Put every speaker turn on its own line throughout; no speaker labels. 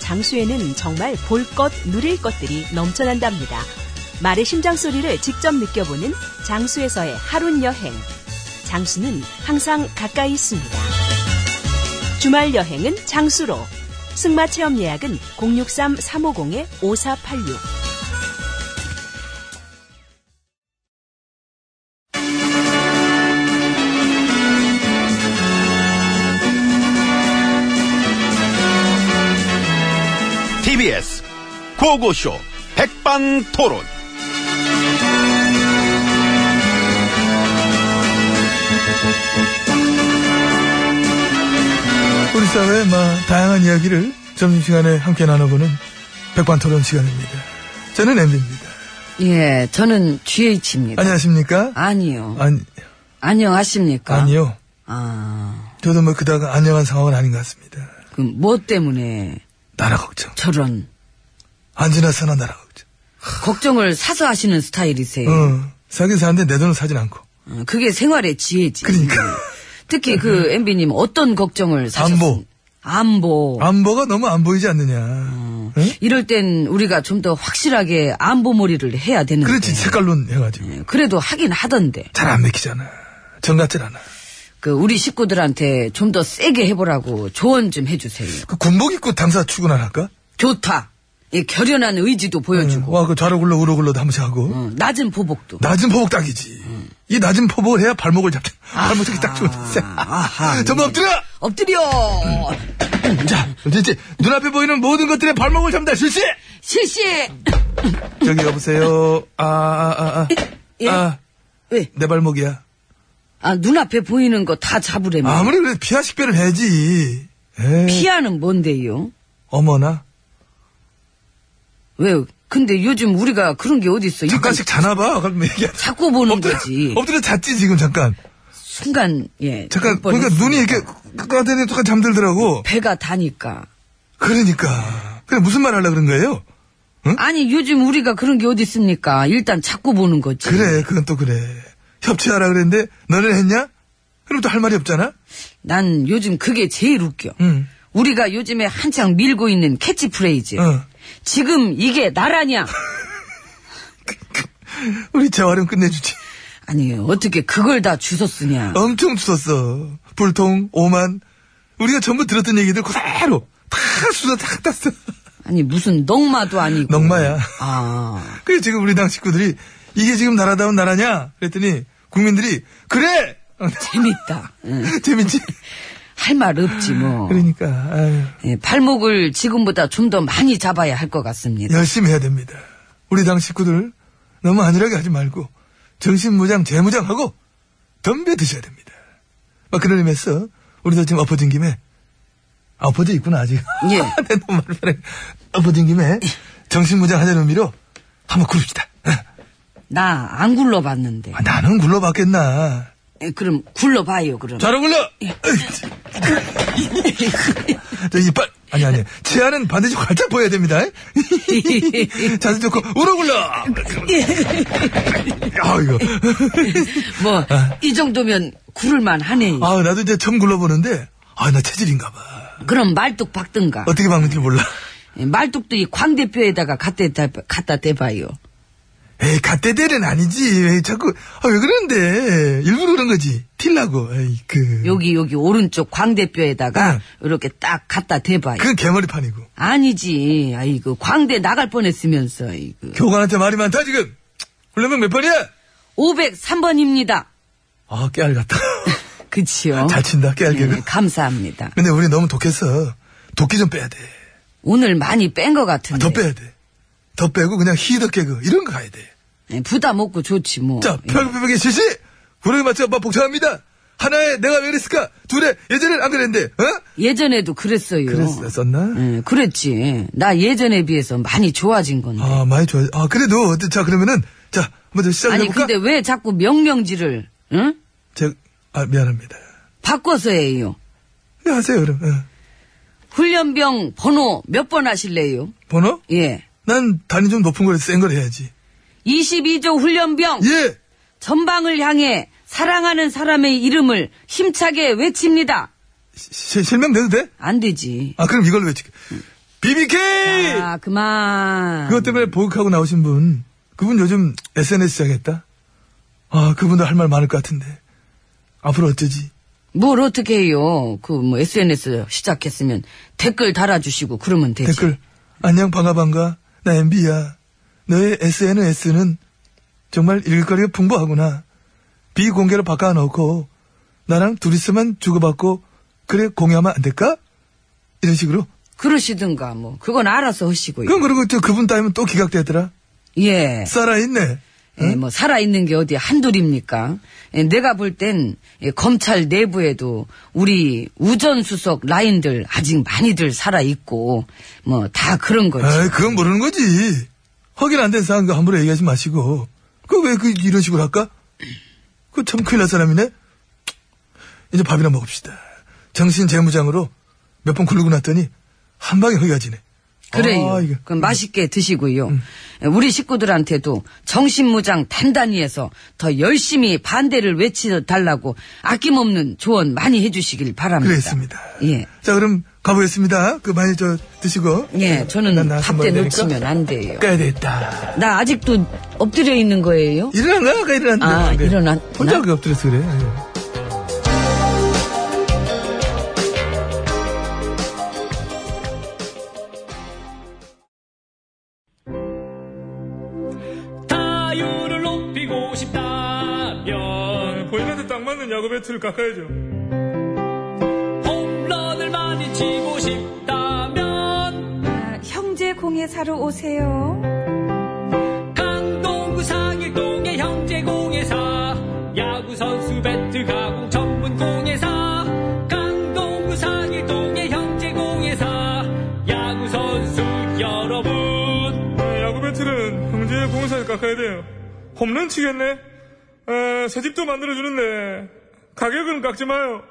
장수에는 정말 볼 것, 누릴 것들이 넘쳐난답니다. 말의 심장 소리를 직접 느껴보는 장수에서의 하룬 여행. 장수는 항상 가까이 있습니다. 주말 여행은 장수로. 승마 체험 예약은 063-350-5486.
TBS 고고쇼 백반토론.
우리 사회의 막 다양한 이야기를 점심시간에 함께 나눠보는 백반토론 시간입니다. 저는 엠비입니다.
예, 저는 GH입니다.
안녕하십니까?
아니요.
아니,
안녕하십니까?
아니요.
아,
저도 뭐 그닥 안녕한 상황은 아닌 것 같습니다.
그럼 뭐 때문에
나라 걱정.
저런
안 지나서나 나라 걱정.
걱정을 사서 하시는 스타일이세요?
어, 사긴 사는데 내 돈을 사진 않고.
어, 그게 생활의 지혜지.
그러니까.
특히 그 MB님 어떤 걱정을 사셨
안보. 아.
안보.
안보가 너무 안 보이지 않느냐. 응?
이럴 땐 우리가 좀 더 확실하게 안보몰이를 해야 되는데. 네,
그렇지, 색깔론 해가지고.
그래도 하긴 하던데.
잘 안 맥히잖아. 정 같질 않아.
그 우리 식구들한테 좀 더 세게 해보라고 조언 좀 해주세요.
그 군복 입고 당사 출근 안 할까?
좋다. 이 결연한 의지도 보여주고.
와, 그 좌로 굴러, 우로 굴러도 한 번씩 하고.
어, 낮은 보복도.
낮은 포복 딱이지. 이 낮은 포복을 해야 발목을 잡자. 발목이 딱 좋은데.
아하,
전부 엎드려!
엎드려!
자, 이제 눈앞에 보이는 모든 것들의 발목을 잡는다. 실시!
실시!
저기 여보세요. 아, 아, 아, 아.
예?
아,
왜?
내 발목이야.
아, 눈앞에 보이는 거 다 잡으래며.
아무리 그래도 피하 식별을 해야지. 에이,
피하는 뭔데요?
어머나.
왜? 근데 요즘 우리가 그런 게 어딨어.
잠깐씩 자나봐. 그럼 얘기하자.
자꾸 보는 거지.
엎드려 잤지, 지금 잠깐.
순간, 예.
잠깐,
몇 번
보니까
했어.
눈이 이렇게, 까대니 똑같이 잠들더라고.
배가 다니까.
그러니까. 그래, 무슨 말 하려고 그런 거예요?
아니, 요즘 우리가 그런 게 어딨습니까? 일단 자꾸 보는 거지.
그래, 그건 또 그래. 협치하라 그랬는데, 너는 했냐? 그럼 또 할 말이 없잖아?
난 요즘 그게 제일 웃겨.
응.
우리가 요즘에 한창 밀고 있는 캐치프레이즈.
어.
지금 이게 나라냐?
우리 재활용 끝내주지.
아니, 어떻게 그걸 다 주워 쓰냐?
엄청 주웠어. 불통, 오만. 우리가 전부 들었던 얘기들 그대로 다 수저 다 땄어.
아니 무슨 넝마도 아니고
넝마야.
아
그래, 지금 우리 당 식구들이 이게 지금 나라다운 나라냐? 그랬더니 국민들이 그래!
재밌다
재밌지?
할 말 없지 뭐
그러니까, 아유,
예, 발목을 지금보다 좀 더 많이 잡아야 할 것 같습니다
열심히 해야 됩니다. 우리 당 식구들 너무 안일하게 하지 말고 정신무장, 재무장하고 덤벼 드셔야 됩니다. 막 그런 의미에서 우리도 지금 엎어진 김에 아, 엎어져 있구나 아직.
예.
내 너무 말해. 엎어진 김에 정신무장 하자는 의미로 한번 굴읍시다. 어?
나 안 굴러봤는데
아, 나는 굴러봤겠나.
예, 그럼 굴러봐요 그럼
좌로 굴러. 저 이빨 아니 아니 치아는 반드시 활짝 보여야 됩니다. 자세 좋고 우로 굴러. 아이고.
뭐
어.
이 정도면 굴을만 하네
아 나도 이제 처음 굴러보는데 아 나 체질인가 봐.
그럼 말뚝 박든가
어떻게 박는지 몰라.
예, 말뚝도 이 광대뼈에다가 갖다, 대- 갖다 대봐요
에이, 갓대들은 아니지. 에이, 자꾸, 아, 왜 그러는데. 일부러 그런 거지. 틸라고. 에이, 그.
여기 여기 오른쪽 광대뼈에다가
응.
이렇게 딱 갖다 대봐요.
그건 개머리판이고.
아니지. 아이고 광대 나갈 뻔했으면서 아이고.
교관한테 말이 많다, 지금. 훈련병 몇 번이야?
503번입니다.
아, 깨알 같다.
그치요?
아, 잘 친다, 깨알 개그.
네, 감사합니다.
근데 우리 너무 독했어. 도끼 좀 빼야 돼.
오늘 많이 뺀 것 같은데.
더 빼야 돼. 더 빼고 그냥 히덕 개그 이런 거 가야 돼.
네, 부담 없고 좋지 뭐.
자,
예.
별별별 실시! 구름에 맞춰 맛 복잡합니다. 하나에 내가 왜 그랬을까? 둘에 예전엔 안 그랬는데, 어?
예전에도 그랬어요.
그랬었나?
예, 그랬지. 나 예전에 비해서 많이 좋아진 건데.
아, 많이 좋아. 아, 그래도, 어때? 자, 그러면은, 자, 먼저
아니
시작해볼까?
근데 왜 자꾸 명령지를 응?
제, 아, 미안합니다.
바꿔서 해요.
네, 하세요, 그럼. 어.
훈련병 번호 몇 번 하실래요?
번호?
예.
난 단위 좀 높은 걸, 센 걸 해야지.
22조 훈련병
예!
전방을 향해 사랑하는 사람의 이름을 힘차게 외칩니다.
시- 실명 내도 돼?
안 되지.
아, 그럼 이걸로 외칠게.
음.
BBK!
아 그만.
그것 때문에 보복하고 나오신 분, 그분 요즘 SNS 시작했다? 아, 그분도 할 말 많을 것 같은데. 앞으로 어쩌지?
뭘 어떻게 해요? 그 뭐 SNS 시작했으면 댓글 달아주시고 그러면 되지.
댓글, 안녕, 반가, 반가. 나 MB야. 너의 SNS는 정말 일거리가 풍부하구나. 비공개로 바꿔놓고, 나랑 둘이서만 주고받고, 그래, 공유하면 안 될까? 이런 식으로.
그러시든가 뭐 그건 알아서 하시고요.
그럼 그리고 저 그분 따위면 또 기각되더라.
예.
살아있네.
예, 뭐 살아있는 게 어디 한둘입니까? 예, 내가 볼 땐 예, 검찰 내부에도 우리 우전수석 라인들 아직 많이들 살아있고 뭐 다 그런 거지.
에이, 그건 모르는 거지. 확인 안 된 사항 그 함부로 얘기하지 마시고. 그 왜 그 이런 식으로 할까? 그 참 큰일 날 사람이네. 이제 밥이나 먹읍시다. 정신 재무장으로 몇 번 굴르고 났더니 한 방에 허기가지네.
그래요.
아, 음. 이게.
그럼 맛있게 드시고요. 예, 우리 식구들한테도 정신무장 단단히 해서 더 열심히 반대를 외치달라고 아낌없는 조언 많이 해주시길 바랍니다.
그랬습니다.
예.
자 그럼 가보겠습니다. 그 많이 저 드시고.
예,
난뭐
저는
나가서
밥 때
먹어야 되니까.
놓치면 안 돼요.
까야 되겠다.
나 아직도 엎드려 있는 거예요?
일어났나? 아까 일어났는데.
아,
그래.
일어났나?
네. 혼자 그 엎드려서 그래. 예.
타율을 높이고 싶다면 보이는 딱 맞는 야구 배트를 깎아야죠 홈런을 많이 치고 싶다면
형제 공예 사러 오세요.
강동구 상일동의 형제공예사 야구선수 배트 가공 전문공예사 강동구 상일동의 형제공예사 야구선수 여러분 아, 야구 배트는 형제의 공사에 깎아야 돼요 홈런 치겠네 아, 새 집도 만들어주는데 가격은 깎지 마요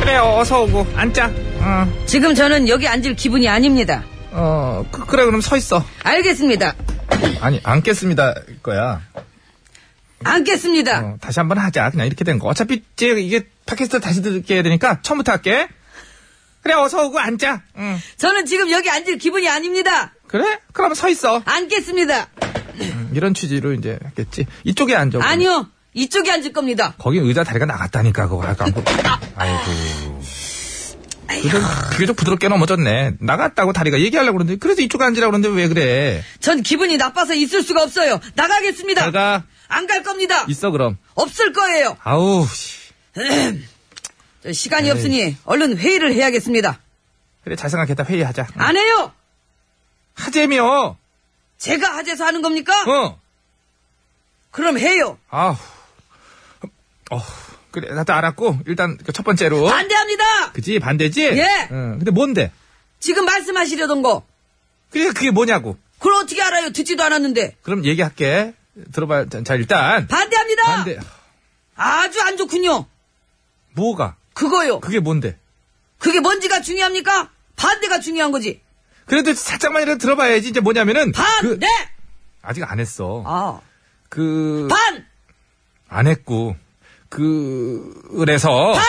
그래 어서 오고 앉자
지금 저는 여기 앉을 기분이 아닙니다.
어 그, 그래 그럼 서 있어
알겠습니다.
아니, 앉겠습니다, 거야.
앉겠습니다.
어, 다시 한번 하자. 그냥 이렇게 된 거. 어차피 이제 이게 팟캐스트 다시 듣게 해야 되니까 처음부터 할게. 그래, 어서 오고 앉자. 응.
저는 지금 여기 앉을 기분이 아닙니다.
그래? 그럼 서 있어.
앉겠습니다.
음, 이런 취지로 이제 했겠지. 이쪽에 앉아. 그럼.
아니요. 이쪽에 앉을 겁니다.
거기 의자 다리가 나갔다니까, 그거. 약간. 뭐. 아이고. 그래서 비교적 부드럽게 넘어졌네. 나갔다고 다리가 얘기하려고 그러는데, 그래서 이쪽에 앉으라고 그러는데 왜 그래?
전 기분이 나빠서 있을 수가 없어요. 나가겠습니다.
잘가
안 갈 겁니다.
있어, 그럼.
없을 거예요.
아우, 씨.
저 시간이 없으니 얼른 회의를 해야겠습니다.
그래, 잘 생각했다. 회의하자.
안 해요.
하재미요!
제가 하재서 하는 겁니까?
어!
그럼 해요.
아우. 어, 그래, 나도 알았고, 일단 그첫 번째로.
반대합니다.
그지? 반대지?
예.
응, 근데 뭔데?
지금 말씀하시려던 거
그러니까 그게 뭐냐고.
그걸 어떻게 알아요? 듣지도 않았는데.
그럼 얘기할게. 들어봐. 자, 자, 일단.
반대합니다.
반대.
아주 안 좋군요.
뭐가?
그거요.
그게 뭔데?
그게 뭔지가 중요합니까? 반대가 중요한 거지.
그래도 살짝만이라도 들어봐야지. 이제 뭐냐면은. 그-
반대.
아직 안 했어.
아,
그.
반,
안 했고. 그. 그래서.
반.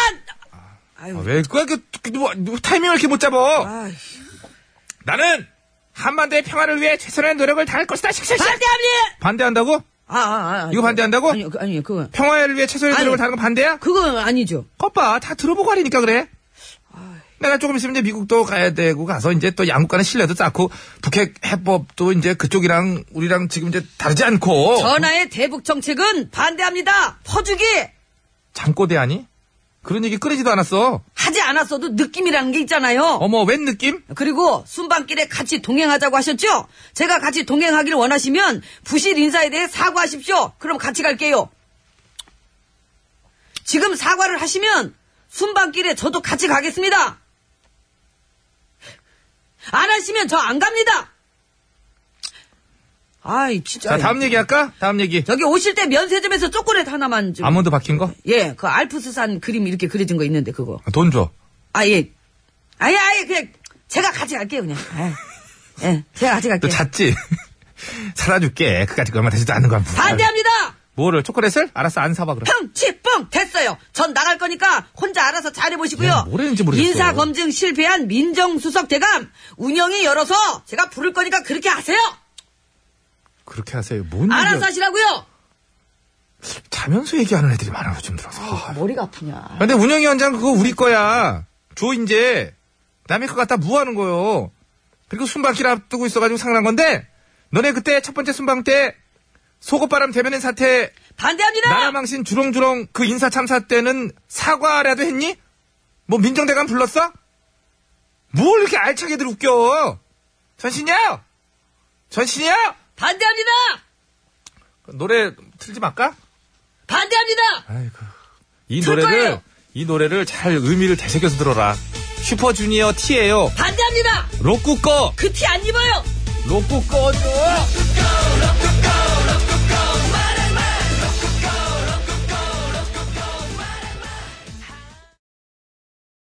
아,
아유,
왜, 그, 그, 그, 뭐, 뭐, 타이밍을 이렇게 못 잡아.
아유,
나는! 한반도의 평화를 위해 최선의 노력을 다할 것이다. 샥샥샥!
반대합니다.
반대한다고?
아, 아, 아,
이거 반대한다고?
아니요, 그, 아니요, 그건
평화를 위해 최선의
아니.
노력을 다하는 건 반대야?
그건 아니죠.
컵봐. 다 들어보고 하니까 그래. 내가 조금 있으면 이제 미국도 가야 되고 가서 이제 또 양국 간의 신뢰도 쌓고 북핵 해법도 이제 그쪽이랑 우리랑 지금 이제 다르지 않고
전하의 대북 정책은 반대합니다. 퍼주기
잠꼬대 아니? 그런 얘기 끊이지도 않았어.
하지 않았어도 느낌이라는 게 있잖아요.
어머 웬 느낌?
그리고 순방길에 같이 동행하자고 하셨죠? 제가 같이 동행하기를 원하시면 부실 인사에 대해 사과하십시오. 그럼 같이 갈게요. 지금 사과를 하시면 순방길에 저도 같이 가겠습니다. 안 하시면 저 안 갑니다. 아이 진짜.
자 다음 얘기할까? 다음 얘기.
저기 오실 때 면세점에서 초콜릿 하나만 좀.
아몬드 박힌 거?
예, 그 알프스산 그림 이렇게 그려진 거 있는데 그거.
돈 줘.
아, 예. 아예, 아예, 그냥, 제가 같이 갈게요, 그냥. 아, 예, 제가 같이
또
갈게요.
잤지? 사다줄게. 네, 그까짓 거 얼마 되지도 않은 거.
반대합니다!
뭐를? 초콜릿을? 알았어 안 사봐 그럼.
흥치, 뿡! 됐어요! 전 나갈 거니까 혼자 알아서
야,
잘해보시고요.
예, 뭘 했는지 모르겠어.
인사검증 실패한 민정수석 대감, 운영이 열어서 제가 부를 거니까 그렇게 하세요!
그렇게 하세요. 뭔
알아서
얘기야?
하시라고요!
자면서 얘기하는 애들이 많아 요즘 들어서. 아,
머리가 아프냐.
근데 운영위원장 그거 우리 거야. 줘 이제 남의 거 갖다 뭐 무하는 거요. 그리고 순방길 앞두고 있어가지고 상난 건데 너네 그때 첫 번째 순방 때 속옷바람 대변인 사태
반대합니다!
나라망신 주렁주렁 그 인사 참사 때는 사과라도 했니? 뭐 민정대감 불렀어? 뭘 이렇게 알차게들 웃겨? 전신이야? 전신이야? 그
반대합니다!
노래 틀지 말까?
반대합니다!
아이고. 이
틀
노래를
거예요.
이 노래를 잘 의미를 되새겨서 들어라. 슈퍼주니어 T예요.
반대합니다!
로꾸 꺼!
그 티 안 입어요!
로꾸 꺼줘!